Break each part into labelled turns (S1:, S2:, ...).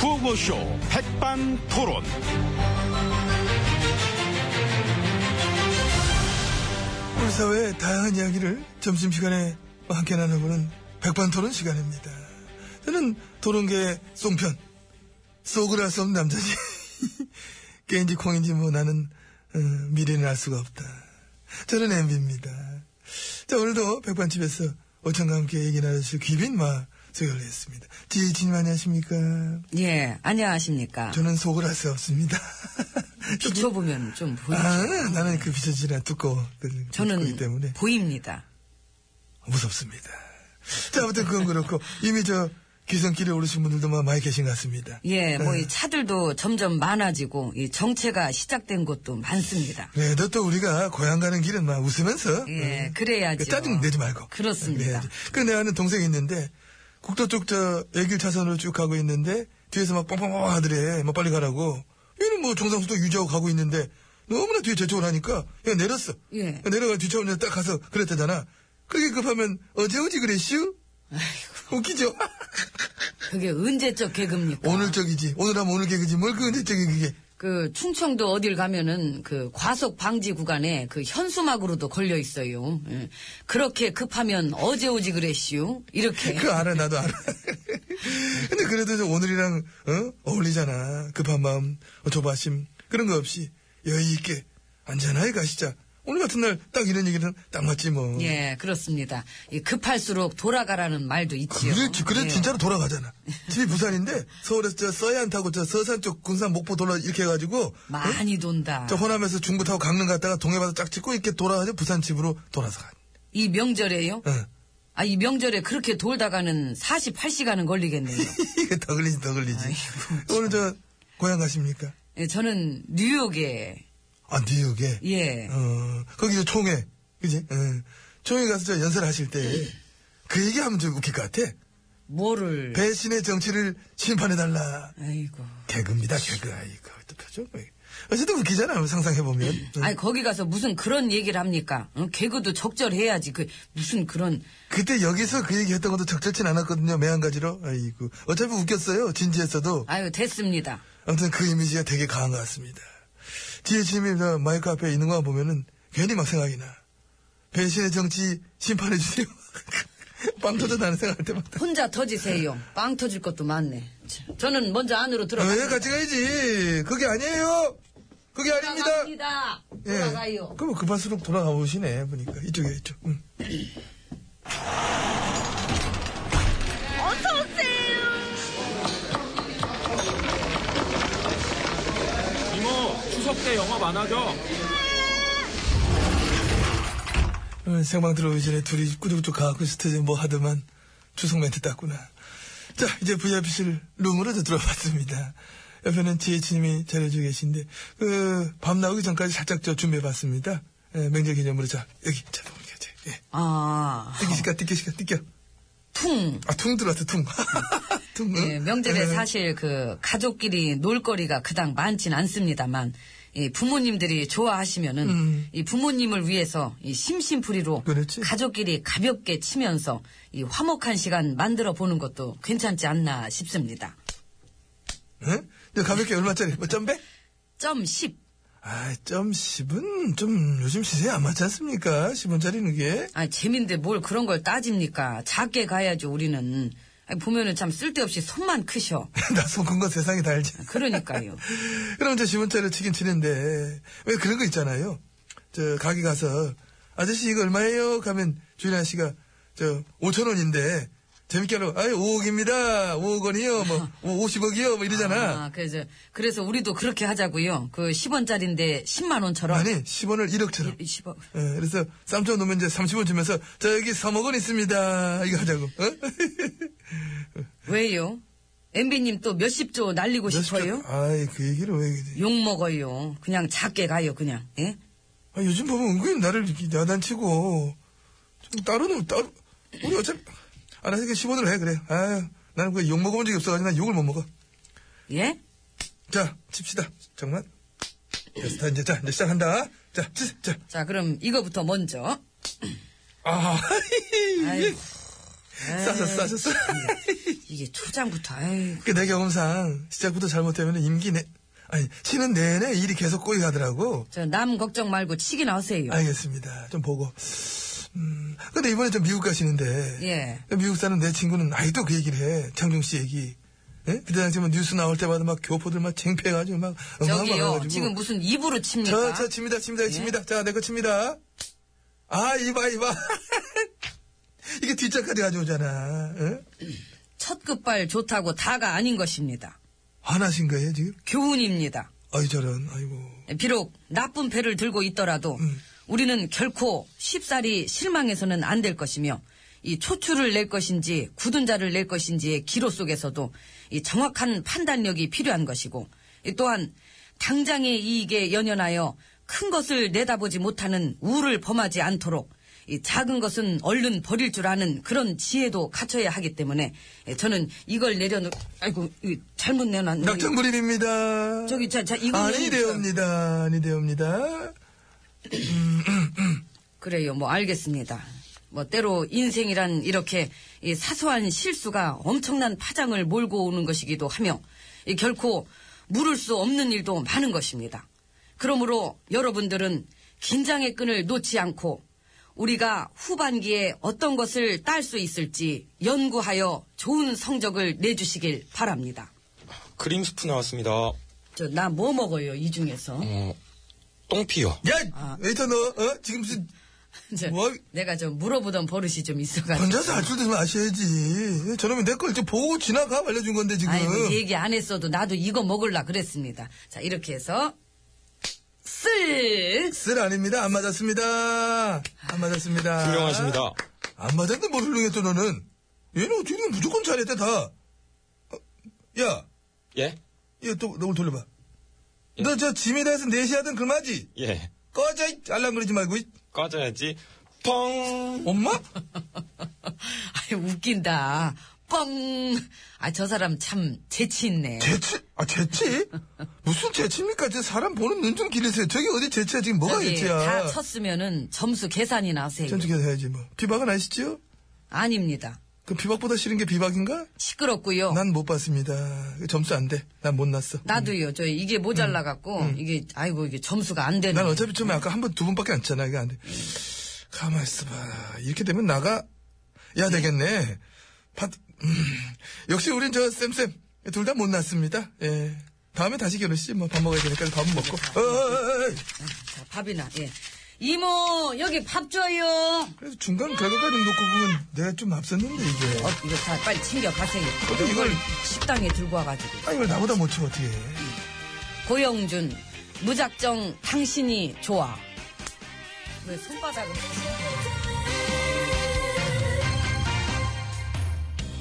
S1: 구호쇼 백반토론.
S2: 우리 사회의 다양한 이야기를 점심시간에 함께 나누고는 백반토론 시간입니다. 저는 토론계의 송편, 속을 알 수 없는 남자지. 게인지 콩인지 뭐 나는 어, 미래는 알 수가 없다. 저는 MB입니다. 자 오늘도 백반집에서 오천과 함께 얘기 나누실 귀빈마 소개를 했습니다. 지지님 안녕하십니까?
S3: 예, 안녕하십니까.
S2: 저는 속을 알 수 없습니다.
S3: 음, 비춰보면 좀 보이죠.
S2: 아, 나는 그 비춰지나 두꺼워. 그
S3: 저는
S2: 두꺼우기 때문에.
S3: 보입니다.
S2: 무섭습니다. 자, 아무튼 그건 그렇고, 이미 저, 귀성길에 오르신 분들도 마- 많이 계신 것 같습니다.
S3: 예, 뭐,
S2: 네.
S3: 이 차들도 점점 많아지고, 이 정체가 시작된 곳도 많습니다.
S2: 그래도 또 우리가 고향 가는 길은 막 웃으면서.
S3: 예,
S2: 음,
S3: 그래야죠.
S2: 짜증 내지 말고.
S3: 그렇습니다.
S2: 그래야지. 그 내가 아는 동생이 있는데, 국도 쪽 저, 애길 차선으로 쭉 가고 있는데, 뒤에서 막 뻥뻥뻥 하더래. 막 빨리 가라고. 얘는 뭐 정상속도 유지하고 가고 있는데, 너무나 뒤에 재촉을 하니까, 얘 내렸어.
S3: 예.
S2: 내려가 뒤차 오면서 딱 가서 그랬다잖아. 그렇게 급하면, 어제 오지 그랬슈? 웃기죠?
S3: 그게 언제적 개그입니까?
S2: 오늘 적이지. 오늘 하면 오늘 개그지. 뭘 그 언제 적이 그게.
S3: 그 충청도 어딜 가면은 그 과속 방지 구간에 그 현수막으로도 걸려 있어요. 예. 그렇게 급하면 어제 오지 그랬슈. 이렇게.
S2: 그거 알아, 나도 알아. 근데 그래도 저 오늘이랑, 어? 울리잖아 급한 마음, 어, 조바심, 그런 거 없이 여유있게 안전하게 가시자. 오늘 같은 날 딱 이런 얘기는 딱 맞지 뭐.
S3: 예, 그렇습니다. 이 급할수록 돌아가라는 말도 있지요.
S2: 그래, 지- 그래
S3: 예.
S2: 진짜로 돌아가잖아. 집이 부산인데 서울에서 저 서해안 타고 저 서산 쪽 군산 목포 돌아 이렇게 해가지고 어?
S3: 많이 돈다.
S2: 저 호남에서 중부 타고 강릉 갔다가 동해바다 쫙 찍고 이렇게 돌아가지고 부산 집으로 돌아서 가.
S3: 이 명절에요?
S2: 응.
S3: 아, 이 명절에 그렇게 돌다가는 48시간은 걸리겠네요.
S2: 이게 더 걸리지, 더 걸리지. 오늘 저, 고향 가십니까?
S3: 예, 저는 뉴욕에,
S2: 아, 뉴욕에?
S3: 예.
S2: 어, 거기 저 총회, 그지? 예. 총회 가서 저 연설하실
S3: 예.
S2: 때, 그 얘기하면 좀 웃길 것 같아.
S3: 뭐를.
S2: 배신의 정치를 심판해달라.
S3: 아이고.
S2: 개그입니다, 개그. 아이고, 또 표정. 왜. 어쨌든 웃기잖아, 상상해보면.
S3: 예.
S2: 어,
S3: 아니, 거기 가서 무슨 그런 얘기를 합니까? 어? 개그도 적절해야지. 그, 무슨 그런.
S2: 그때 여기서 그 얘기 했던 것도 적절치 않았거든요, 매한가지로. 아이고. 어차피 웃겼어요, 진지했어도.
S3: 아유, 됐습니다.
S2: 아무튼 그 이미지가 되게 강한 것 같습니다. 지혜진님이 저 마이크 앞에 있는 거 보면은 괜히 막 생각이 나. 배신의 정치 심판해주세요. 빵 터졌다는 생각할 때마다.
S3: 혼자 터지세요. 빵 터질 것도 많네. 참, 저는 먼저 안으로
S2: 아,
S3: 들어가.
S2: 왜 같이 가야지? 그게 아니에요! 그게 아닙니다!
S3: 돌아갑니다.
S2: 예.
S3: 돌아가요.
S2: 그럼 급할수록 돌아가 보시네, 보니까. 이쪽에, 이쪽. 음. 응.
S1: 이모, 추석 때 영업 안 하죠?
S2: 어, 생방 들어오기 전에 둘이 꾸죽꾸죽 가갖고 스테이지 뭐 하더만 추석 멘트 땄구나. 자, 이제 VIP실 룸으로 이제 들어봤습니다. 옆에는 지혜치님이 잘해주고 계신데, 그, 밤 나오기 전까지 살짝 저 준비해봤습니다. 예, 명절 기념으로 자, 여기, 자, 보면 이제, 예.
S3: 아,
S2: 띠끼시까, 띠끼시까, 띠껴.
S3: 퉁.
S2: 아, 퉁 들어왔어, 퉁. 퉁. 응?
S3: 예, 명절에
S2: 예.
S3: 사실 그 가족끼리 놀거리가 그닥 많진 않습니다만 이 부모님들이 좋아하시면은
S2: 음.
S3: 이 부모님을 위해서 이 심심풀이로
S2: 그렇지.
S3: 가족끼리 가볍게 치면서 이 화목한 시간 만들어 보는 것도 괜찮지 않나 싶습니다.
S2: 응? 저 가볍게 얼마짜리? 뭐, 점백?
S3: 점 10.
S2: 아, 점 10은 좀 요즘 시세에 안 맞지 않습니까? 10원짜리는 게.
S3: 아, 재민데 뭘 그런 걸 따집니까? 작게 가야죠, 우리는. 아, 보면은 참 쓸데없이 손만 크셔.
S2: 나 손 큰 거 세상에 다 알지.
S3: 그러니까요.
S2: 그럼 이제 지문자를 치긴 치는데 왜 그런 거 있잖아요. 저 가게 가서 아저씨 이거 얼마예요? 가면 주인 아저씨가 저 5천 원인데 재밌게 하려고 아이 5억입니다. 5억 원이요. 뭐 50억이요. 뭐 이러잖아.
S3: 아, 그래서, 그래서 우리도 그렇게 하자고요. 그 10원짜리인데 10만원처럼.
S2: 아, 니 10원을 1억처럼. 어,
S3: 10원.
S2: 그래서 쌈쳐 놓으면 이제 30원 주면서 저 여기 3억 원 있습니다. 이거 하자고. 어?
S3: 왜요? MB님 또 몇십조 날리고 싶어요?
S2: 아이 그 얘기를 왜? 그러지?
S3: 욕 먹어요. 그냥 작게 가요, 그냥. 예?
S2: 아, 요즘 보면 은근히 나를 이렇게 야단치고 좀 따로는 따로 우리 어차피 알아서 이렇게 10원을 해 그래 아유 나는 그 욕 먹어본 적이 없어가지고 난 욕을 못 먹어
S3: 예?
S2: 자 칩시다 정말 됐어 다 이제 자 이제 시작한다
S3: 자, 그럼 이거부터 먼저.
S2: 자자아
S3: 아이고,
S2: 예.
S3: 예.
S2: 싸서 싸서 싸.
S3: 이게 초장부터, 아이고.
S2: 그 내 경험상 시작부터 잘못되면 임기 내 아니 쉬는 내내 일이 계속 꼬이가더라고.
S3: 저 남 걱정 말고 치기나 하세요.
S2: 알겠습니다. 좀 보고. 음, 근데 이번에 좀 미국 가시는데.
S3: 예.
S2: 미국 사는 내 친구는 아직도 그 얘기를 해. 장종 씨 얘기. 예? 그때 당시 뭐 뉴스 나올 때마다 막 교포들 막 쟁패해가지고 막 음악
S3: 저기요,
S2: 막아가지고.
S3: 지금 무슨 예. 입으로 칩니까?
S2: 저, 저 칩니다, 칩니다, 칩니다. 자, 내 거 칩니다. 아, 이봐, 이봐. 이게 뒷자까지 가져오잖아. 예?
S3: 첫 끝발 좋다고 다가 아닌 것입니다.
S2: 화나신 거예요, 지금?
S3: 교훈입니다.
S2: 아이, 저런, 아이고.
S3: 비록 나쁜 배를 들고 있더라도 우리는 결코 쉽사리 실망해서는 안 될 것이며 이 초추를 낼 것인지 굳은 자를 낼 것인지의 기로 속에서도 이 정확한 판단력이 필요한 것이고 이 또한 당장의 이익에 연연하여 큰 것을 내다보지 못하는 우를 범하지 않도록 이 작은 것은 얼른 버릴 줄 아는 그런 지혜도 갖춰야 하기 때문에 예, 저는 이걸 내려놓 아이고 이 잘못 내놨네
S2: 낙천불입입니다.
S3: 저기, 자, 자, 이거
S2: 아니,
S3: 있어요.
S2: 되옵니다. 아니, 되옵니다.
S3: 그래요. 뭐 알겠습니다. 뭐 때로 인생이란 이렇게 이 사소한 실수가 엄청난 파장을 몰고 오는 것이기도 하며 이 결코 물을 수 없는 일도 많은 것입니다. 그러므로 여러분들은 긴장의 끈을 놓지 않고 우리가 후반기에 어떤 것을 딸 수 있을지 연구하여 좋은 성적을 내주시길 바랍니다.
S4: 그림 스프 나왔습니다.
S3: 저 나 뭐 먹어요 이 중에서?
S4: 어, 똥피요.
S2: 야!
S3: 아.
S2: 웨이터 너, 어? 지금 무슨
S3: 저
S2: 뭐?
S3: 내가 좀 물어보던 버릇이 좀 있어가지고.
S2: 혼자서 알줄 되면 아셔야지. 저놈이 내 걸 이제 보고 지나가 알려준 건데, 지금.
S3: 아이 뭐 얘기 안 했어도 나도 이거 먹을라 그랬습니다. 자 이렇게 해서 쓱
S2: 쓸 아닙니다. 안 맞았습니다. 안 맞았습니다.
S4: 훌륭하십니다.
S2: 안 맞았는데 뭘 훌륭했어, 너는? 얘는 어떻게 보면 무조건 잘했대, 다. 어, 야,
S4: 예?
S2: 얘 또, 너굴 돌려봐. 너 저 짐에 대해서 내시하던 그 마지?
S4: 예.
S2: 꺼져, 이 알랑거리지 말고, 이
S4: 꺼져야지. 펑!
S2: 엄마?
S3: 아이 웃긴다. 뻥. 아 저 사람 참 재치 있네.
S2: 재치? 아, 재치? 무슨 재치입니까? 저 사람 보는 눈 좀 기르세요. 저게 어디 재치야, 지금 뭐가
S3: 저기
S2: 재치야?
S3: 다 쳤으면은 점수 계산이나 하세요.
S2: 전투기에서 해야지, 뭐. 비박은 아시지요?
S3: 아닙니다.
S2: 그 비박보다 싫은 게 비박인가?
S5: 어.
S3: 시끄럽고요.
S2: 난 못 봤습니다. 그 점수 안 돼. 난 못 났어.
S3: 나도요. 저 이게 모자라 갖고 이게 아이고 이게 점수가 안 되네.
S2: 음, 난 어차피 처음에 아까 한 번, 두 번밖에 안 쳤잖아. 이거 안 돼. 가만 있어봐. 이렇게 되면 나가, 야, 되겠네. 파, 음. 역시 우린 저 쌤쌤. 둘 다 못 났습니다. 예. 다음에 다시 결혼시 뭐 밥 먹어야 되니까 밥은 먹고.
S5: 그렇죠.
S2: 어, 어, 어, 어.
S3: 아, 자, 밥이나. 예. 이모 여기 밥 줘요.
S2: 그래서 중간 결과까지 놓고 보면 내가 좀 앞섰는데 이게.
S3: 어, 이거 다 빨리 챙겨 가세요.
S2: 어떻게
S3: 이걸
S2: 이걸-
S3: 식당에 들고 와가지고.
S2: 아 이걸 나보다 못 쳐 어떻게? 해.
S3: 고영준 무작정 당신이 좋아 왜 손바닥을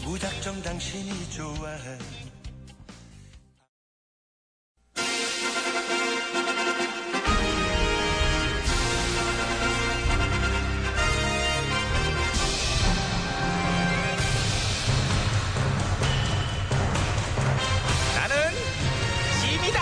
S6: 무작정 당신이 좋아해
S1: 나는 짐이다.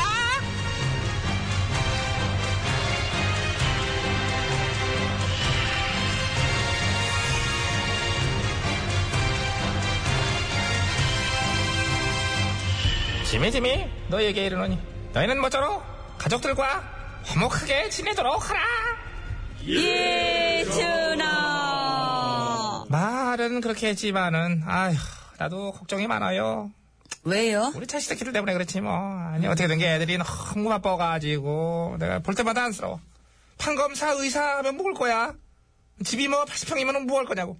S5: 지미 지미 너에게 이르노니 너희는 모쪼록 가족들과 화목하게 지내도록 하라
S3: 예, 예준아
S5: 말은 그렇게 했지만은 아휴 나도 걱정이 많아요
S3: 왜요?
S5: 우리 자식 새끼들 때문에 그렇지 뭐 아니 어떻게 된 게 애들이 너무 바빠가지고 내가 볼 때마다 안쓰러워 판검사 의사 하면 묵을 거야 집이 뭐 80평이면 뭐 할 거냐고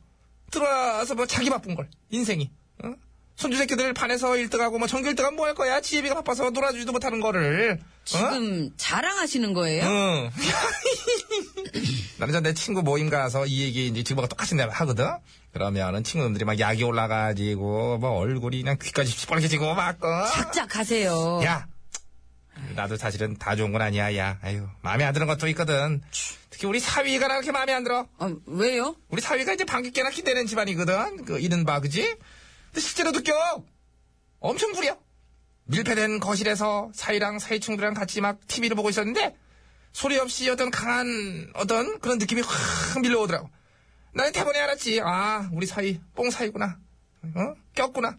S5: 들어와서 뭐 자기 바쁜 걸 인생이 응? 손주 새끼들 반에서 1등하고 뭐 전교 1등하면 뭐 할 거야 지혜비가 바빠서 놀아주지도 못하는 거를 응?
S3: 지금 자랑하시는 거예요?
S5: 응. 나는 전 내 친구 모임 가서 이 얘기 이제 지금하고 똑같이 내가 하거든? 그러면은 친구들이 막 약이 올라가지고, 뭐 얼굴이 그냥 귀까지 시뻘개지고 막, 어?
S3: 짝 가세요
S5: 야! 나도 사실은 다 좋은 건 아니야, 야. 아유, 마음에 안 드는 것도 있거든. 특히 우리 사위가 나 그렇게 마음에 안 들어.
S3: 어, 왜요?
S5: 우리 사위가 이제 방귀깨나 기대는 집안이거든. 그, 이른바, 그지? 근데 실제로 느껴! 엄청 부려! 밀폐된 거실에서 사위랑 사위충들이랑 같이 막 TV를 보고 있었는데, 소리 없이 어떤 강한, 어떤 그런 느낌이 확 밀려오더라고. 나는 대본에 알았지. 아, 우리 사이, 뽕 사이구나. 어? 꼈구나.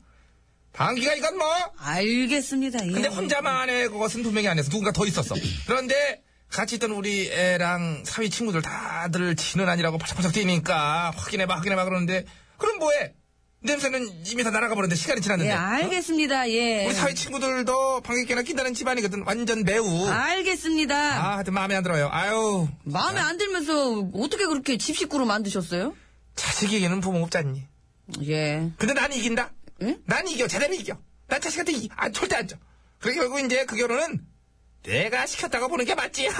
S5: 방귀가 이건 뭐!
S3: 알겠습니다. 예.
S5: 근데 혼자만의 그것은 분명히 아니었어. 누군가 더 있었어. 그런데 같이 있던 우리 애랑 사위 친구들 다들 지는 아니라고 팔짝팔짝 뛰니까 확인해봐, 확인해봐 그러는데 그럼 뭐해? 냄새는 이미 다 날아가 버렸는데 시간이 지났는데.
S3: 예, 알겠습니다. 예.
S5: 우리 사위 친구들도 방귀깨나 낀다는 집안이거든. 완전 매우. 아,
S3: 알겠습니다.
S5: 하여튼 마음에 안 들어요. 아유.
S3: 마음에 안 들면서 어떻게 그렇게 집식구로 만드셨어요?
S5: 자식에게는 부모 없잖니.
S3: 예.
S5: 근데 난 이긴다?
S3: 응?
S5: 난 이겨. 제대로 이겨. 난 자식한테 이, 아, 절대 안 줘. 그래서 결국 이제 그 결혼은 내가 시켰다고 보는 게 맞지.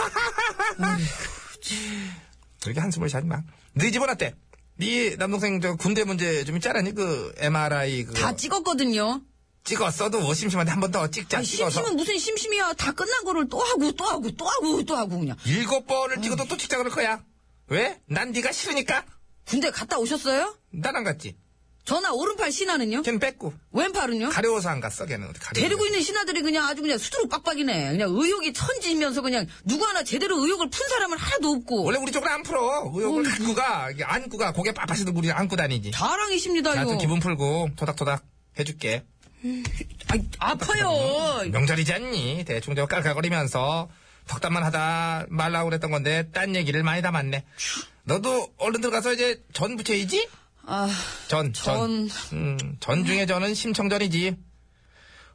S5: 그렇게 한숨을 쉬지 마. 네 집은 어때? 네 남동생 저 군대 문제 좀 있잖아니 그 MRI 그
S3: 다 찍었거든요.
S5: 찍었어도 뭐 심심한데 한 번 더 찍자
S3: 아니,
S5: 찍어서
S3: 심심은 무슨 심심이야. 다 끝난 거를 또 하고 또 하고 또 하고 또 하고 그냥.
S5: 일곱 번을 찍어도 또 찍자 그럴 거야 왜? 난 네가 싫으니까
S3: 군대 갔다 오셨어요?
S5: 난 안 갔지
S3: 전화 오른팔 신하는요?
S5: 걔는 뺐고
S3: 왼팔은요?
S5: 가려워서 안 갔어 걔는 어디 가려워
S3: 데리고 있는 신하들이 그냥 아주 그냥 수두룩 빡빡이네. 그냥 의욕이 천지면서 그냥 누구 하나 제대로 의욕을 푼 사람은 하나도 없고.
S5: 원래 우리 쪽은 안 풀어. 의욕을
S3: 네.
S5: 갖고 가. 이게 안고 가. 고개 빠빠시도 우리 안고 다니지.
S3: 자랑이십니다,
S5: 자,
S3: 이거.
S5: 좀 기분 풀고 토닥토닥 해줄게.
S3: 아, 파요
S5: 명절이지 않니? 대충 저 깔깔거리면서 덕담만 하다 말라고 그랬던 건데 딴 얘기를 많이 담았네. 너도 얼른 들어가서 이제 전 부채이지?
S3: 아,
S5: 전, 전.
S3: 전.
S5: 음, 전 중에 저는 심청전이지.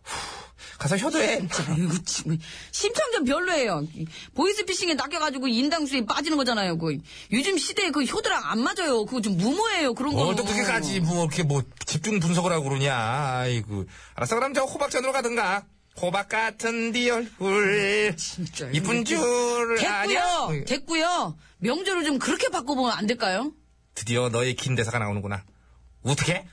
S5: 후, 가서 효도해.
S3: 아이고, 지금. 심청전 별로예요. 이 보이스피싱에 낚여가지고 인당수에 빠지는 거잖아요. 그 요즘 시대에 그 효도랑 안 맞아요. 그거 좀 무모해요. 그런 거.
S5: 뭘 또 그렇게까지 뭐 이렇게 뭐 집중 분석을 하고 그러냐. 아이고. 알았어 그럼 저 호박전으로 가든가. 호박 같은 네 얼굴
S3: 진짜.
S5: 이쁜 줄 아냐?
S3: 됐고요. 됐고요. 명절을 좀 그렇게 바꿔보면 안 될까요?
S5: 드디어 너의 긴 대사가 나오는구나. 어떻게?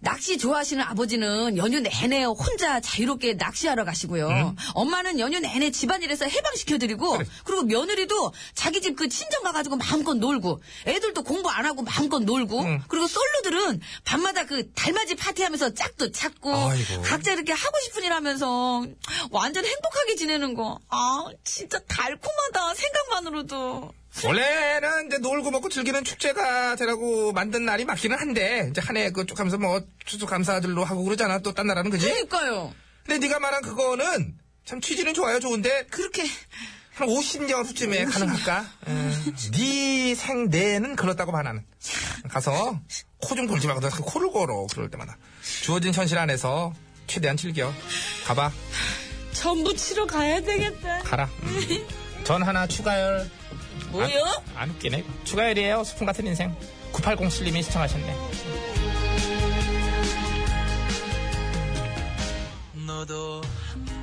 S3: 낚시 좋아하시는 아버지는 연휴 내내 혼자 자유롭게 낚시하러 가시고요.
S5: 음.
S3: 엄마는 연휴 내내 집안일에서 해방시켜드리고, 그리고 며느리도 자기 집 그 친정 가가지고 마음껏 놀고, 애들도 공부 안 하고 마음껏 놀고, 그리고 솔로들은 밤마다 그 달맞이 파티하면서 짝도 찾고,
S5: 아이고.
S3: 각자 이렇게 하고 싶은 일 하면서 완전 행복하게 지내는 거. 아, 진짜 달콤하다. 생각만으로도.
S5: 원래는 이제 놀고 먹고 즐기는 축제가 되라고 만든 날이 맞기는 한데 이제 한 해 그쭉 하면서 뭐 추석 감사들로 하고 그러잖아 또 딴 나라는 그지?
S3: 그러니까요.
S5: 근데 네가 말한 그거는 참 취지는 좋아요 좋은데
S3: 그렇게
S5: 한 50년 후쯤에 가능할까? 음, 네 생내는 그렇다고 반하는. 가서 코 좀 골지 말고 너 자꾸 코를 걸어 그럴 때마다. 주어진 현실 안에서 최대한 즐겨. 가봐
S3: 전부 치러 가야 되겠다.
S5: 가라. 음. 전 하나 추가열.
S3: 뭐요?
S5: 안 웃기네. 추가열이에요. 수풍 같은 인생. 9807님이 시청하셨네.
S6: 너도 한